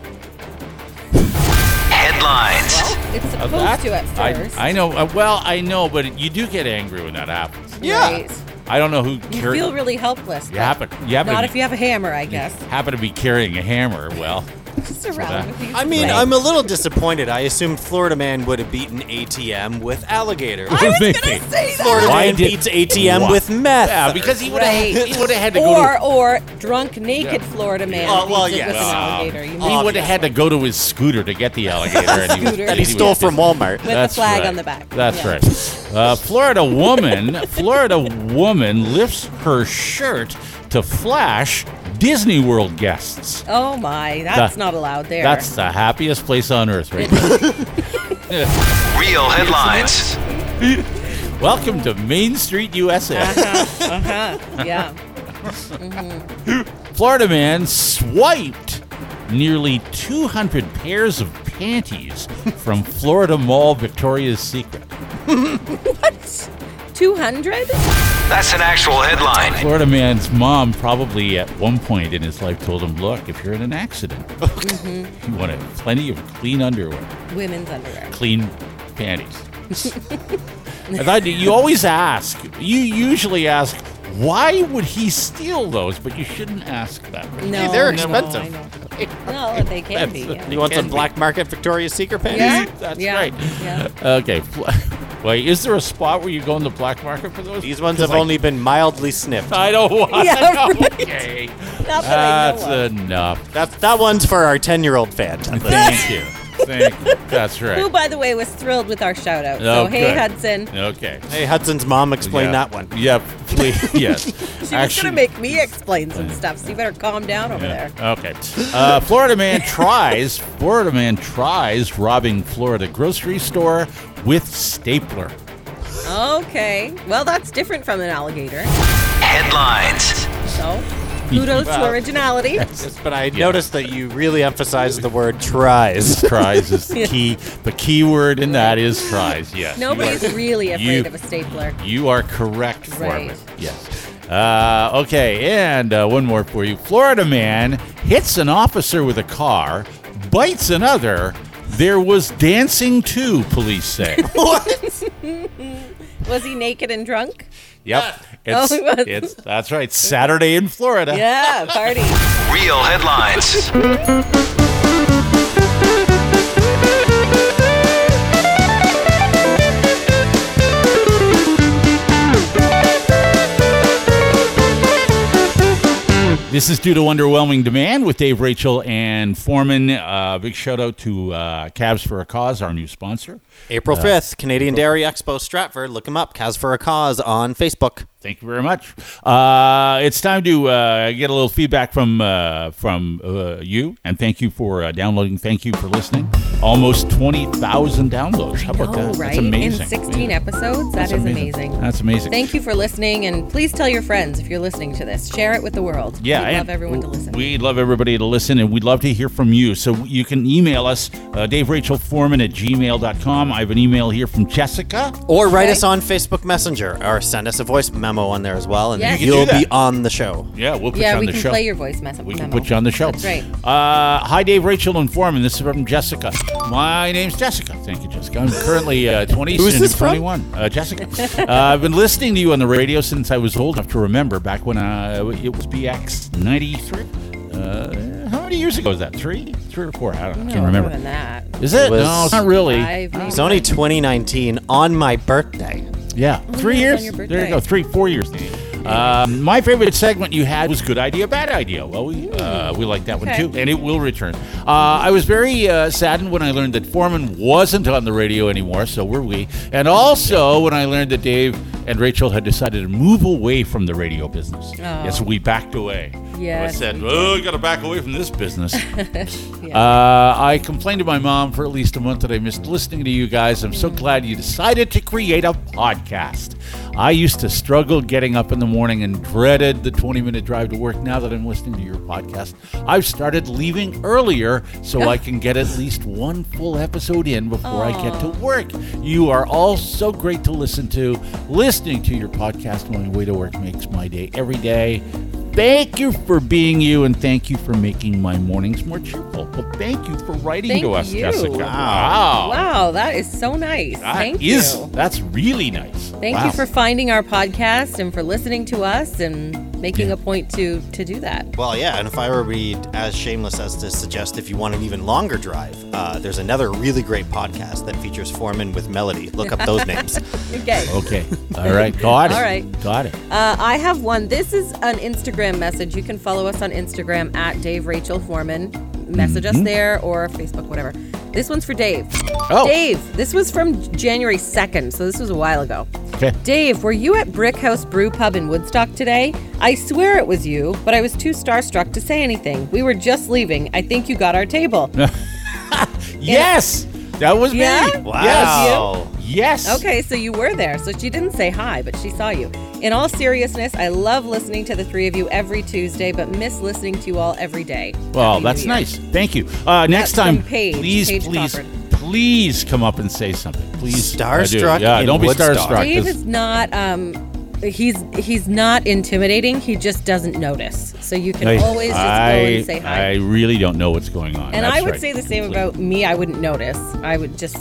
Speaker 7: Headlines.
Speaker 2: well, it's
Speaker 1: Uh,
Speaker 2: supposed
Speaker 1: that-
Speaker 2: to at
Speaker 1: I-
Speaker 2: first.
Speaker 1: I, know. uh, well, I know, but you do get angry when that happens.
Speaker 3: yeah.
Speaker 2: Right.
Speaker 1: I don't know who.
Speaker 2: You
Speaker 1: carri-
Speaker 2: feel really helpless.
Speaker 1: you happen. You happen.
Speaker 2: Not
Speaker 1: to
Speaker 2: if
Speaker 1: be,
Speaker 2: you have a hammer, I guess.
Speaker 1: happen to be carrying a hammer. Well,
Speaker 2: Just around with you.
Speaker 3: I mean,
Speaker 2: Right.
Speaker 3: I'm a little disappointed. I assumed Florida Man would have beaten ATM with alligator.
Speaker 2: I was
Speaker 1: Maybe.
Speaker 2: gonna say that.
Speaker 3: Florida
Speaker 1: Why
Speaker 3: Man
Speaker 1: did-
Speaker 3: beats ATM
Speaker 1: Why?
Speaker 3: with meth.
Speaker 1: yeah, Uh, because he would have.
Speaker 2: Right.
Speaker 1: He would have had to go.
Speaker 2: Or
Speaker 1: To,
Speaker 2: or drunk naked Florida man.
Speaker 3: Oh, well,
Speaker 2: beats it
Speaker 3: yes.
Speaker 2: With an
Speaker 3: Well,
Speaker 2: alligator. You
Speaker 1: he
Speaker 2: mean
Speaker 1: would have had to go to his scooter to get the alligator, and he, was-
Speaker 2: Scooter.
Speaker 3: and he stole
Speaker 1: was-
Speaker 3: from Walmart.
Speaker 2: with the flag on the back.
Speaker 1: That's
Speaker 2: Yeah.
Speaker 1: right. Uh, Florida woman, Florida woman lifts her shirt to flash Disney World guests.
Speaker 2: Oh my, that's
Speaker 1: That-
Speaker 2: not allowed there.
Speaker 1: That's the happiest place on earth right now.
Speaker 7: Real headlines.
Speaker 1: Welcome to Main Street, USA.
Speaker 2: Uh-huh. yeah.
Speaker 1: Florida man swiped nearly 200 pairs of panties from Florida Mall Victoria's Secret.
Speaker 2: Two hundred?
Speaker 7: That's an actual headline.
Speaker 1: Florida man's mom probably at one point in his life told him, "Look, if you're in an accident,
Speaker 2: Mm-hmm.
Speaker 1: you want to have plenty of clean underwear."
Speaker 2: Women's underwear.
Speaker 1: clean panties. I thought you always ask. You usually ask, why would he steal those? But you shouldn't ask that.
Speaker 2: No,
Speaker 3: Hey,
Speaker 2: no,
Speaker 3: they're expensive.
Speaker 2: I know. No, they can be. Yeah.
Speaker 3: You want some black market Victoria's Secret panties?
Speaker 2: Yeah.
Speaker 1: That's
Speaker 2: Yeah.
Speaker 1: right.
Speaker 2: Yeah.
Speaker 1: Okay. fl- Wait, is there a spot where you go in the black market for those?
Speaker 3: These ones have only been mildly sniffed.
Speaker 1: I don't want.
Speaker 2: Yeah,
Speaker 1: no,
Speaker 2: right.
Speaker 1: Okay.
Speaker 2: Not that I know
Speaker 1: That's uh,
Speaker 2: of.
Speaker 1: enough.
Speaker 3: That that one's for our ten year old fan.
Speaker 1: Thank you. Thank you. That's
Speaker 2: Who,
Speaker 1: right.
Speaker 2: by the way, was thrilled with our shout out.
Speaker 1: Oh,
Speaker 2: so, hey,
Speaker 1: good.
Speaker 2: Hudson.
Speaker 1: Okay.
Speaker 3: Hey, Hudson's mom explained
Speaker 1: Yeah.
Speaker 3: that one.
Speaker 1: Yep. Please. Yes.
Speaker 2: She was going to make me explain some stuff, so you better calm down over there.
Speaker 1: Yeah. Okay. Uh, Florida man tries. Florida man tries robbing Florida grocery store with stapler.
Speaker 2: Okay. Well, that's different from an alligator.
Speaker 7: Headlines.
Speaker 2: So, kudos to originality.
Speaker 3: Yes, but I noticed that you really emphasized the word tries.
Speaker 1: Tries is the key. The key word in that is tries. Yes. You
Speaker 2: Nobody's
Speaker 1: are-
Speaker 2: really afraid
Speaker 1: you-
Speaker 2: of a stapler.
Speaker 1: You are correct, Foreman.
Speaker 2: Right.
Speaker 1: Yes. Uh, okay, and uh, one more for you. Florida man hits an officer with a car, bites another. There was dancing too, police say.
Speaker 2: Was he naked and drunk?
Speaker 1: yep. It's,
Speaker 2: Oh, it was.
Speaker 1: it's, that's right. Saturday in Florida.
Speaker 2: Yeah, party.
Speaker 7: Real headlines.
Speaker 1: This is due to underwhelming demand with Dave Rachel and Foreman. Uh, big shout out to uh, Cabs for a Cause, our new sponsor.
Speaker 3: April fifth, Canadian Dairy Expo Stratford. Look him up. Cause for a cause on Facebook.
Speaker 1: Thank you very much. Uh, it's time to uh, get a little feedback from uh, from uh, you, and thank you for uh, downloading. Thank you for listening. Almost twenty thousand downloads. How about
Speaker 2: Oh,
Speaker 1: that?
Speaker 2: right?
Speaker 1: That's amazing.
Speaker 2: In 16 episodes? That's amazing.
Speaker 1: That's amazing.
Speaker 2: Thank you for listening, and please tell your friends if you're listening to this. Share it with the world.
Speaker 1: Yeah,
Speaker 2: We'd love
Speaker 1: and
Speaker 2: everyone to listen.
Speaker 1: We love everybody to listen, and we'd love to hear from you. So you can email us, uh, Dave Rachel Foreman at gmail.com. I have an email here from Jessica.
Speaker 3: Or write
Speaker 2: Okay.
Speaker 3: us on Facebook Messenger or send us a voice memo on there as well, and
Speaker 2: Yes.
Speaker 1: can
Speaker 2: You
Speaker 3: you'll
Speaker 1: do that.
Speaker 3: be on the show.
Speaker 1: Yeah, we'll put you
Speaker 2: Yeah,
Speaker 1: on
Speaker 2: we
Speaker 1: the
Speaker 2: can
Speaker 1: show.
Speaker 2: play your voice mess
Speaker 1: we
Speaker 2: memo.
Speaker 1: can put you on the show.
Speaker 2: That's right.
Speaker 1: Uh, hi, Dave, Rachel, and Foreman. This is from Jessica. My name's Jessica. Thank you, Jessica. I'm currently uh, 20
Speaker 3: Who is
Speaker 1: soon,
Speaker 3: this from?
Speaker 1: 21. Uh, Jessica. uh, I've been listening to you on the radio since I was old enough to remember back when uh, it was BX 93. Uh, how many years ago was that? Three? Three or four? I don't know. I
Speaker 2: No,
Speaker 1: can't remember.
Speaker 2: more than Oh, that.
Speaker 1: Is it?
Speaker 3: It was
Speaker 1: no, it's not really.
Speaker 2: Five, maybe.
Speaker 3: It's only 2019 on my birthday.
Speaker 1: Yeah, three
Speaker 2: yeah,
Speaker 1: years.
Speaker 2: it's Oh, on your
Speaker 1: There you
Speaker 2: birthday.
Speaker 1: go, three, four years. Um, my favorite segment you had was "Good Idea, Bad Idea." Well, we uh, we like that
Speaker 2: Mm. Okay.
Speaker 1: one too, and it will return. Uh, I was very uh, saddened when I learned that Foreman wasn't on the radio anymore. So were we, and also when I learned that Dave and Rachel had decided to move away from the radio business.
Speaker 2: Oh.
Speaker 1: Yes, we backed away.
Speaker 2: Yes,
Speaker 1: I said,
Speaker 2: we
Speaker 1: "Oh, we got to back away from this business." Uh, I complained to my mom for at least a month that I missed listening to you guys. I'm so glad you decided to create a podcast. I used to struggle getting up in the morning and dreaded the 20 minute drive to work. Now that I'm listening to your podcast, I've started leaving earlier so I can get at least one full episode in before I get to work. You are all so great to listen to. Listening to your podcast on my way to work makes my day every day. Thank you for being you, and thank you for making my mornings more cheerful. Well, thank you for writing
Speaker 2: Thank
Speaker 1: to us,
Speaker 2: you.
Speaker 1: Jessica.
Speaker 2: Wow. that is so nice.
Speaker 1: That
Speaker 2: Thank
Speaker 1: is-
Speaker 2: you.
Speaker 1: That's really nice.
Speaker 2: Thank
Speaker 1: Wow.
Speaker 2: you for finding our podcast and for listening to us and making a point to to do that.
Speaker 3: Well, yeah, and if I were to be as shameless as to suggest if you want an even longer drive, uh, there's another really great podcast that features Foreman with Melody. Look up those names.
Speaker 2: Okay.
Speaker 1: Okay. All right. Got it.
Speaker 2: All right.
Speaker 1: Got it.
Speaker 2: Uh, I have one. This is an Instagram message. You can follow us on Instagram at Dave Rachel Foreman. Message us
Speaker 1: Mm-hmm.
Speaker 2: there or Facebook, whatever. This one's for Dave.
Speaker 1: Oh.
Speaker 2: Dave, this was from January 2nd, so this was a while ago.
Speaker 1: Okay.
Speaker 2: Dave, were you at Brick House Brew Pub in Woodstock today? I swear it was you, but I was too starstruck to say anything. We were just leaving. I think you got our table.
Speaker 1: Yes. That was
Speaker 2: Yeah?
Speaker 1: me.
Speaker 3: Wow.
Speaker 1: Yes. Yes.
Speaker 2: Okay, so you were there. So she didn't say hi, but she saw you. In all seriousness, I love listening to the three of you every Tuesday, but miss listening to you all every day.
Speaker 1: Well,
Speaker 2: Happy New
Speaker 1: that's
Speaker 2: Year.
Speaker 1: nice. Thank you. Uh, next
Speaker 2: That's from
Speaker 1: time,
Speaker 2: Paige,
Speaker 1: please,
Speaker 2: Paige
Speaker 1: please,
Speaker 2: Crawford.
Speaker 1: please come up and say something. Please. I do.
Speaker 3: Starstruck
Speaker 1: Yeah.
Speaker 3: in
Speaker 1: Don't be
Speaker 3: Woodstock.
Speaker 1: starstruck. 'cause-
Speaker 2: Dave is not. Um, he's he's not intimidating. He just doesn't notice. So you can always just go and say hi.
Speaker 1: I really don't know what's going on.
Speaker 2: and I
Speaker 1: That's
Speaker 2: would
Speaker 1: right.
Speaker 2: say the same
Speaker 1: Completely.
Speaker 2: about me. I wouldn't notice. I would just.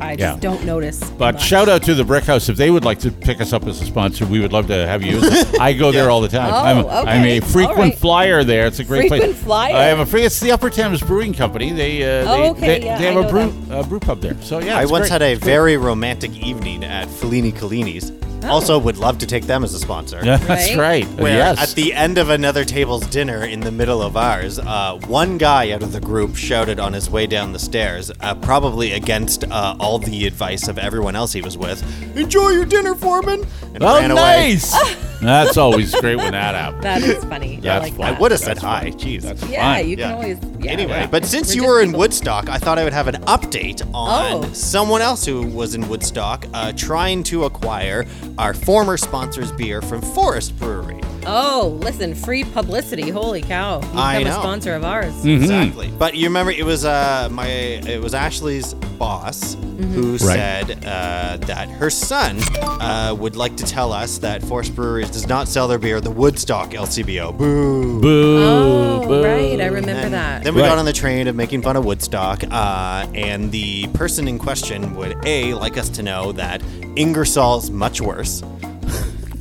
Speaker 2: I just
Speaker 1: Yeah.
Speaker 2: don't notice.
Speaker 1: But
Speaker 2: much.
Speaker 1: shout out to the Brick House if they would like to pick us up as a sponsor. We would love to have you. I go there all the time.
Speaker 2: Oh,
Speaker 1: I'm, a, am
Speaker 2: okay.
Speaker 1: a frequent
Speaker 2: All right.
Speaker 1: flyer there. It's a great
Speaker 2: Frequent
Speaker 1: place.
Speaker 2: flyer?
Speaker 1: I am a free. It's the Upper Thames Brewing Company. They uh,
Speaker 2: Oh,
Speaker 1: they,
Speaker 2: okay,
Speaker 1: they,
Speaker 2: yeah,
Speaker 1: they have
Speaker 2: I
Speaker 1: a
Speaker 2: know
Speaker 1: brew uh, brew pub there. So yeah,
Speaker 3: I
Speaker 1: it's
Speaker 3: once
Speaker 1: great.
Speaker 3: had a very romantic evening at Fellini Collini's.
Speaker 1: Oh.
Speaker 3: Also, would love to take them as a sponsor.
Speaker 1: Yeah, that's
Speaker 2: Right?
Speaker 1: right.
Speaker 3: Where
Speaker 1: yes.
Speaker 3: at the end of another table's dinner in the middle of ours, uh, one guy out of the group shouted on his way down the stairs, uh, probably against uh, all the advice of everyone else he was with, "Enjoy your dinner, Foreman," and
Speaker 1: oh,
Speaker 3: ran away.
Speaker 1: nice. that's always great when that happens.
Speaker 2: That is funny. I
Speaker 1: That's
Speaker 2: like
Speaker 1: fun.
Speaker 3: I
Speaker 2: that.
Speaker 3: would have said hi. Jeez.
Speaker 2: Yeah,
Speaker 1: Fine.
Speaker 2: you can
Speaker 3: Yeah.
Speaker 2: always. Yeah.
Speaker 3: anyway, but since you were in Woodstock, I thought I would have an update on
Speaker 2: Oh.
Speaker 3: someone else who was in Woodstock uh, trying to acquire our former sponsor's beer from Forest Brewery.
Speaker 2: Oh, listen, free publicity. Holy cow. You've
Speaker 3: I
Speaker 2: become a
Speaker 3: know.
Speaker 2: sponsor of ours.
Speaker 3: Exactly. But you remember it was uh my it was Ashley's boss
Speaker 2: Mm-hmm.
Speaker 3: who said uh, that her son uh, would like to tell us that Forest Breweries does not sell their beer the Woodstock LCBO. Boo.
Speaker 1: Boo.
Speaker 2: Oh,
Speaker 1: boo.
Speaker 2: right. I remember
Speaker 3: And
Speaker 2: that.
Speaker 3: Then we
Speaker 1: Right.
Speaker 3: got on the train of making fun of Woodstock, uh, and the person in question would a like us to know that Ingersoll's much worse.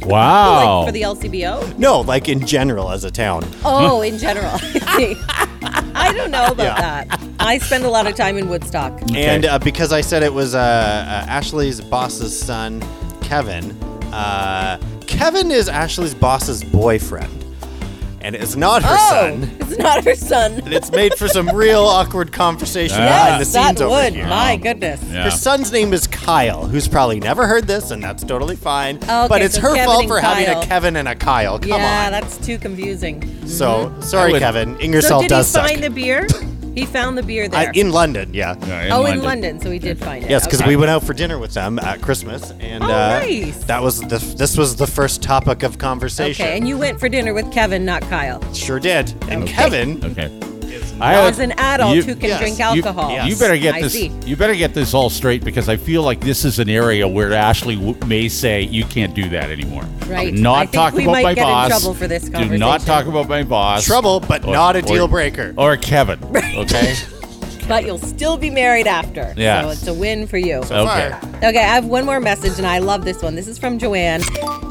Speaker 1: Wow.
Speaker 2: Like for the LCBO?
Speaker 3: No, like in general as a town.
Speaker 2: Oh, in general. I don't know about that. I spend a lot of time in Woodstock.
Speaker 3: And uh, because I said it was uh, uh, Ashley's boss's son, Kevin, uh, Kevin is Ashley's boss's boyfriend. And it's not her
Speaker 2: oh,
Speaker 3: son.
Speaker 2: it's not her son.
Speaker 3: And it's made for some real awkward conversation behind the
Speaker 2: Yes,
Speaker 3: scenes
Speaker 2: that
Speaker 3: over
Speaker 2: would.
Speaker 3: here.
Speaker 2: My goodness.
Speaker 1: Yeah.
Speaker 3: Her son's name is Kyle, who's probably never heard this, and that's totally fine.
Speaker 2: Okay,
Speaker 3: but it's
Speaker 2: so
Speaker 3: her
Speaker 2: Kevin
Speaker 3: fault
Speaker 2: and
Speaker 3: for having
Speaker 2: Kyle.
Speaker 3: a Kevin and a Kyle. Come
Speaker 2: Yeah,
Speaker 3: on.
Speaker 2: that's too confusing.
Speaker 3: so sorry,
Speaker 1: would-
Speaker 3: Kevin.
Speaker 2: So
Speaker 3: Ingersoll
Speaker 2: did
Speaker 3: does
Speaker 2: he
Speaker 3: suck.
Speaker 2: find the beer? He found the beer
Speaker 3: Uh,
Speaker 2: there.
Speaker 3: in London, yeah.
Speaker 1: Yeah,
Speaker 2: oh, in London. So he did find it.
Speaker 3: Yes, because
Speaker 2: Okay.
Speaker 3: we went out for dinner with them at Christmas, and
Speaker 2: Oh,
Speaker 3: uh,
Speaker 2: nice.
Speaker 3: that was the this was the first topic of conversation.
Speaker 2: Okay, and you went for dinner with Kevin, not Kyle.
Speaker 3: sure did. And Kevin
Speaker 1: Okay.
Speaker 3: is
Speaker 1: I-
Speaker 2: as an adult
Speaker 1: you-
Speaker 2: who can
Speaker 5: Yes.
Speaker 2: drink
Speaker 5: You-
Speaker 2: alcohol.
Speaker 1: You, you better get
Speaker 2: I
Speaker 1: this.
Speaker 2: see.
Speaker 1: You better get this all straight because I feel like this is an area where Ashley w- may say you can't do that anymore.
Speaker 2: Right.
Speaker 1: Do
Speaker 2: I
Speaker 1: not
Speaker 2: think
Speaker 1: talk
Speaker 2: we
Speaker 1: about
Speaker 2: might
Speaker 1: my
Speaker 2: get in
Speaker 1: boss.
Speaker 2: trouble for this
Speaker 1: Do not
Speaker 2: conversation.
Speaker 1: talk about my boss.
Speaker 3: Trouble, but
Speaker 1: Or-
Speaker 3: not a deal
Speaker 1: or-
Speaker 3: breaker.
Speaker 1: or Kevin. Okay.
Speaker 2: But you'll still be married after.
Speaker 1: Yes.
Speaker 2: So it's a win for you.
Speaker 1: okay.
Speaker 2: Okay, I have one more message and I love this one. This is from Joanne.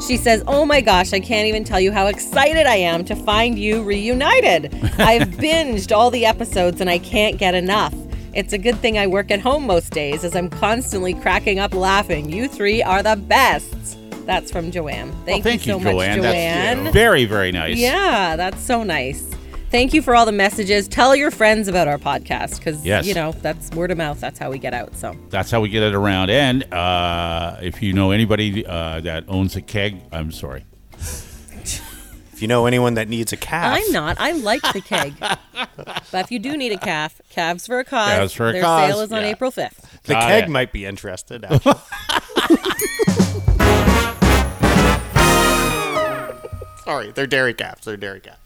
Speaker 2: She says, Oh my gosh, I can't even tell you how excited I am to find you reunited. I've binged all the episodes and I can't get enough. It's a good thing I work at home most days as I'm constantly cracking up laughing. You three are the best. That's from Joanne.
Speaker 1: Well,
Speaker 2: Thank,
Speaker 1: thank
Speaker 2: you
Speaker 1: you,
Speaker 2: so
Speaker 1: Joanne.
Speaker 2: much,
Speaker 1: That's
Speaker 2: Joanne.
Speaker 1: very, very nice.
Speaker 2: Yeah, that's so nice. Thank you for all the messages. Tell your friends about our podcast because,
Speaker 1: Yes.
Speaker 2: you know, that's word of mouth. That's how we get out. So,
Speaker 1: That's how we get it around. And uh, if you know anybody uh, that owns a keg, I'm sorry.
Speaker 3: If you know anyone that needs a
Speaker 1: Ah.
Speaker 3: calf,
Speaker 2: I'm not. I like the keg. but if you do need a calf, calves for a cause.
Speaker 1: Calves for a
Speaker 2: Their
Speaker 1: cause.
Speaker 2: sale is on
Speaker 1: Yeah.
Speaker 2: April 5th.
Speaker 3: the
Speaker 1: Got
Speaker 3: keg
Speaker 1: it.
Speaker 3: might be interested. actually. Sorry, they're dairy calves. They're dairy calves.